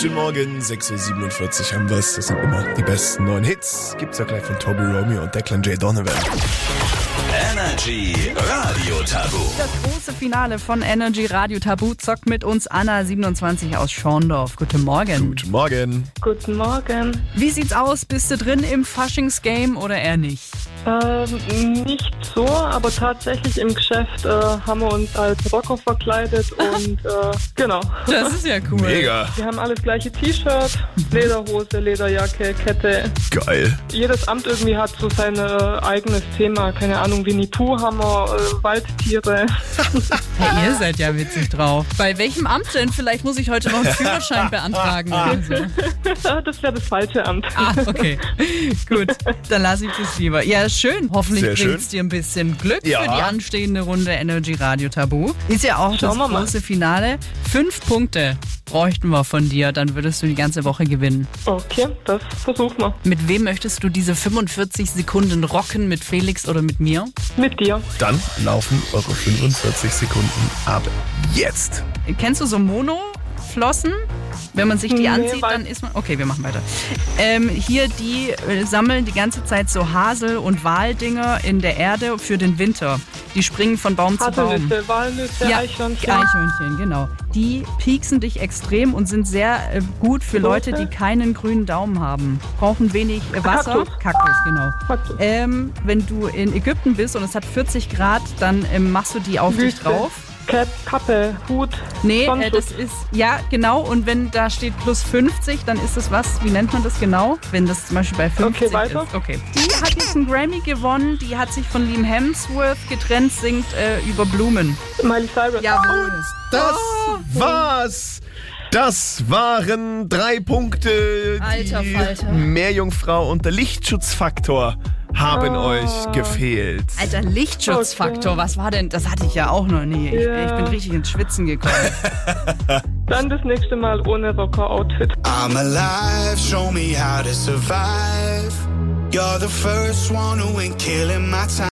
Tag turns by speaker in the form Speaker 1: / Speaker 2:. Speaker 1: Guten Morgen, 6.47 Uhr haben wir es. Das sind immer die besten neuen Hits. Gibt's ja gleich von Toby Romeo und Declan J. Donovan.
Speaker 2: Energy Radio Tabu.
Speaker 3: Das große Finale von Energy Radio Tabu zockt mit uns Anna 27 aus Schorndorf. Guten Morgen.
Speaker 1: Guten Morgen.
Speaker 4: Guten Morgen.
Speaker 3: Wie sieht's aus? Bist du drin im Faschingsgame oder eher nicht?
Speaker 4: Ähm, nicht so, aber tatsächlich im Geschäft äh, haben wir uns als Rocker verkleidet und äh, genau.
Speaker 3: Das ist ja cool.
Speaker 1: Mega.
Speaker 4: Wir haben alle das gleiche T-Shirt, Lederhose, Lederjacke, Kette.
Speaker 1: Geil.
Speaker 4: Jedes Amt irgendwie hat so sein äh, eigenes Thema. Keine Ahnung, Winnie Pooh haben wir, äh, Waldtiere.
Speaker 3: Hey, ihr seid ja witzig drauf. Bei welchem Amt denn? Vielleicht muss ich heute noch einen Führerschein beantragen. Oder so.
Speaker 4: Ah, das wäre das falsche Amt.
Speaker 3: Ah, okay. Gut, dann lasse ich das lieber. Ja, schön. Hoffentlich
Speaker 1: Sehr schön.
Speaker 3: bringt's dir ein bisschen Glück
Speaker 1: Ja.
Speaker 3: für die anstehende Runde Energy Radio Tabu. Ist ja auch
Speaker 4: Schauen wir
Speaker 3: das
Speaker 4: mal.
Speaker 3: große Finale. Fünf Punkte bräuchten wir von dir, dann würdest du die ganze Woche gewinnen.
Speaker 4: Okay, das versuchen wir.
Speaker 3: Mit wem möchtest du diese 45 Sekunden rocken? Mit Felix oder mit mir?
Speaker 4: Mit dir.
Speaker 1: Dann laufen eure 45 Sekunden ab. Jetzt.
Speaker 3: Kennst du so Mono-Flossen? Wenn man sich die
Speaker 4: Nee,
Speaker 3: anzieht,
Speaker 4: weiß-
Speaker 3: dann ist man. Okay, wir machen weiter. Ähm, hier, die äh, sammeln die ganze Zeit so Hasel- und Waldinger in der Erde für den Winter. Die springen von Baum zu Baum.
Speaker 4: Haselnüsse, Walnüsse, Eichhörnchen.
Speaker 3: Eichhörnchen, genau. Die pieksen dich extrem und sind sehr äh, gut für Leute, die keinen grünen Daumen haben. Brauchen wenig äh, Wasser.
Speaker 4: Kaktus.
Speaker 3: Kaktus, genau.
Speaker 4: Kaktus.
Speaker 3: Ähm, wenn du in Ägypten bist und es hat 40 Grad, dann ähm, machst du die auf dich
Speaker 4: Wüste.
Speaker 3: drauf.
Speaker 4: Cap, Kappe, Hut,
Speaker 3: Nee, äh,
Speaker 4: Sonnenschutz.
Speaker 3: das ist, ja, genau. Und wenn da steht plus 50, dann ist das was, wie nennt man das genau? Wenn das zum Beispiel bei 50
Speaker 4: Okay, weiter.
Speaker 3: ist. Okay. Die hat jetzt einen Grammy gewonnen, die hat sich von Liam Hemsworth getrennt, singt äh, über Blumen.
Speaker 4: Miley Cyrus.
Speaker 3: Jawohl.
Speaker 1: Das
Speaker 5: Oh.
Speaker 1: war's. Das waren drei Punkte,
Speaker 5: Alter
Speaker 1: die
Speaker 5: Falter.
Speaker 1: Meerjungfrau und der Lichtschutzfaktor haben
Speaker 5: Oh.
Speaker 1: euch gefehlt.
Speaker 3: Alter, Lichtschutzfaktor, was war denn? Das hatte ich ja auch noch nie. Ich,
Speaker 4: Ja.
Speaker 3: ich bin richtig ins Schwitzen gekommen.
Speaker 4: Dann das nächste Mal ohne Rocker-Outfit.
Speaker 2: I'm alive, show me how to survive. You're the first one who ain't killing my time.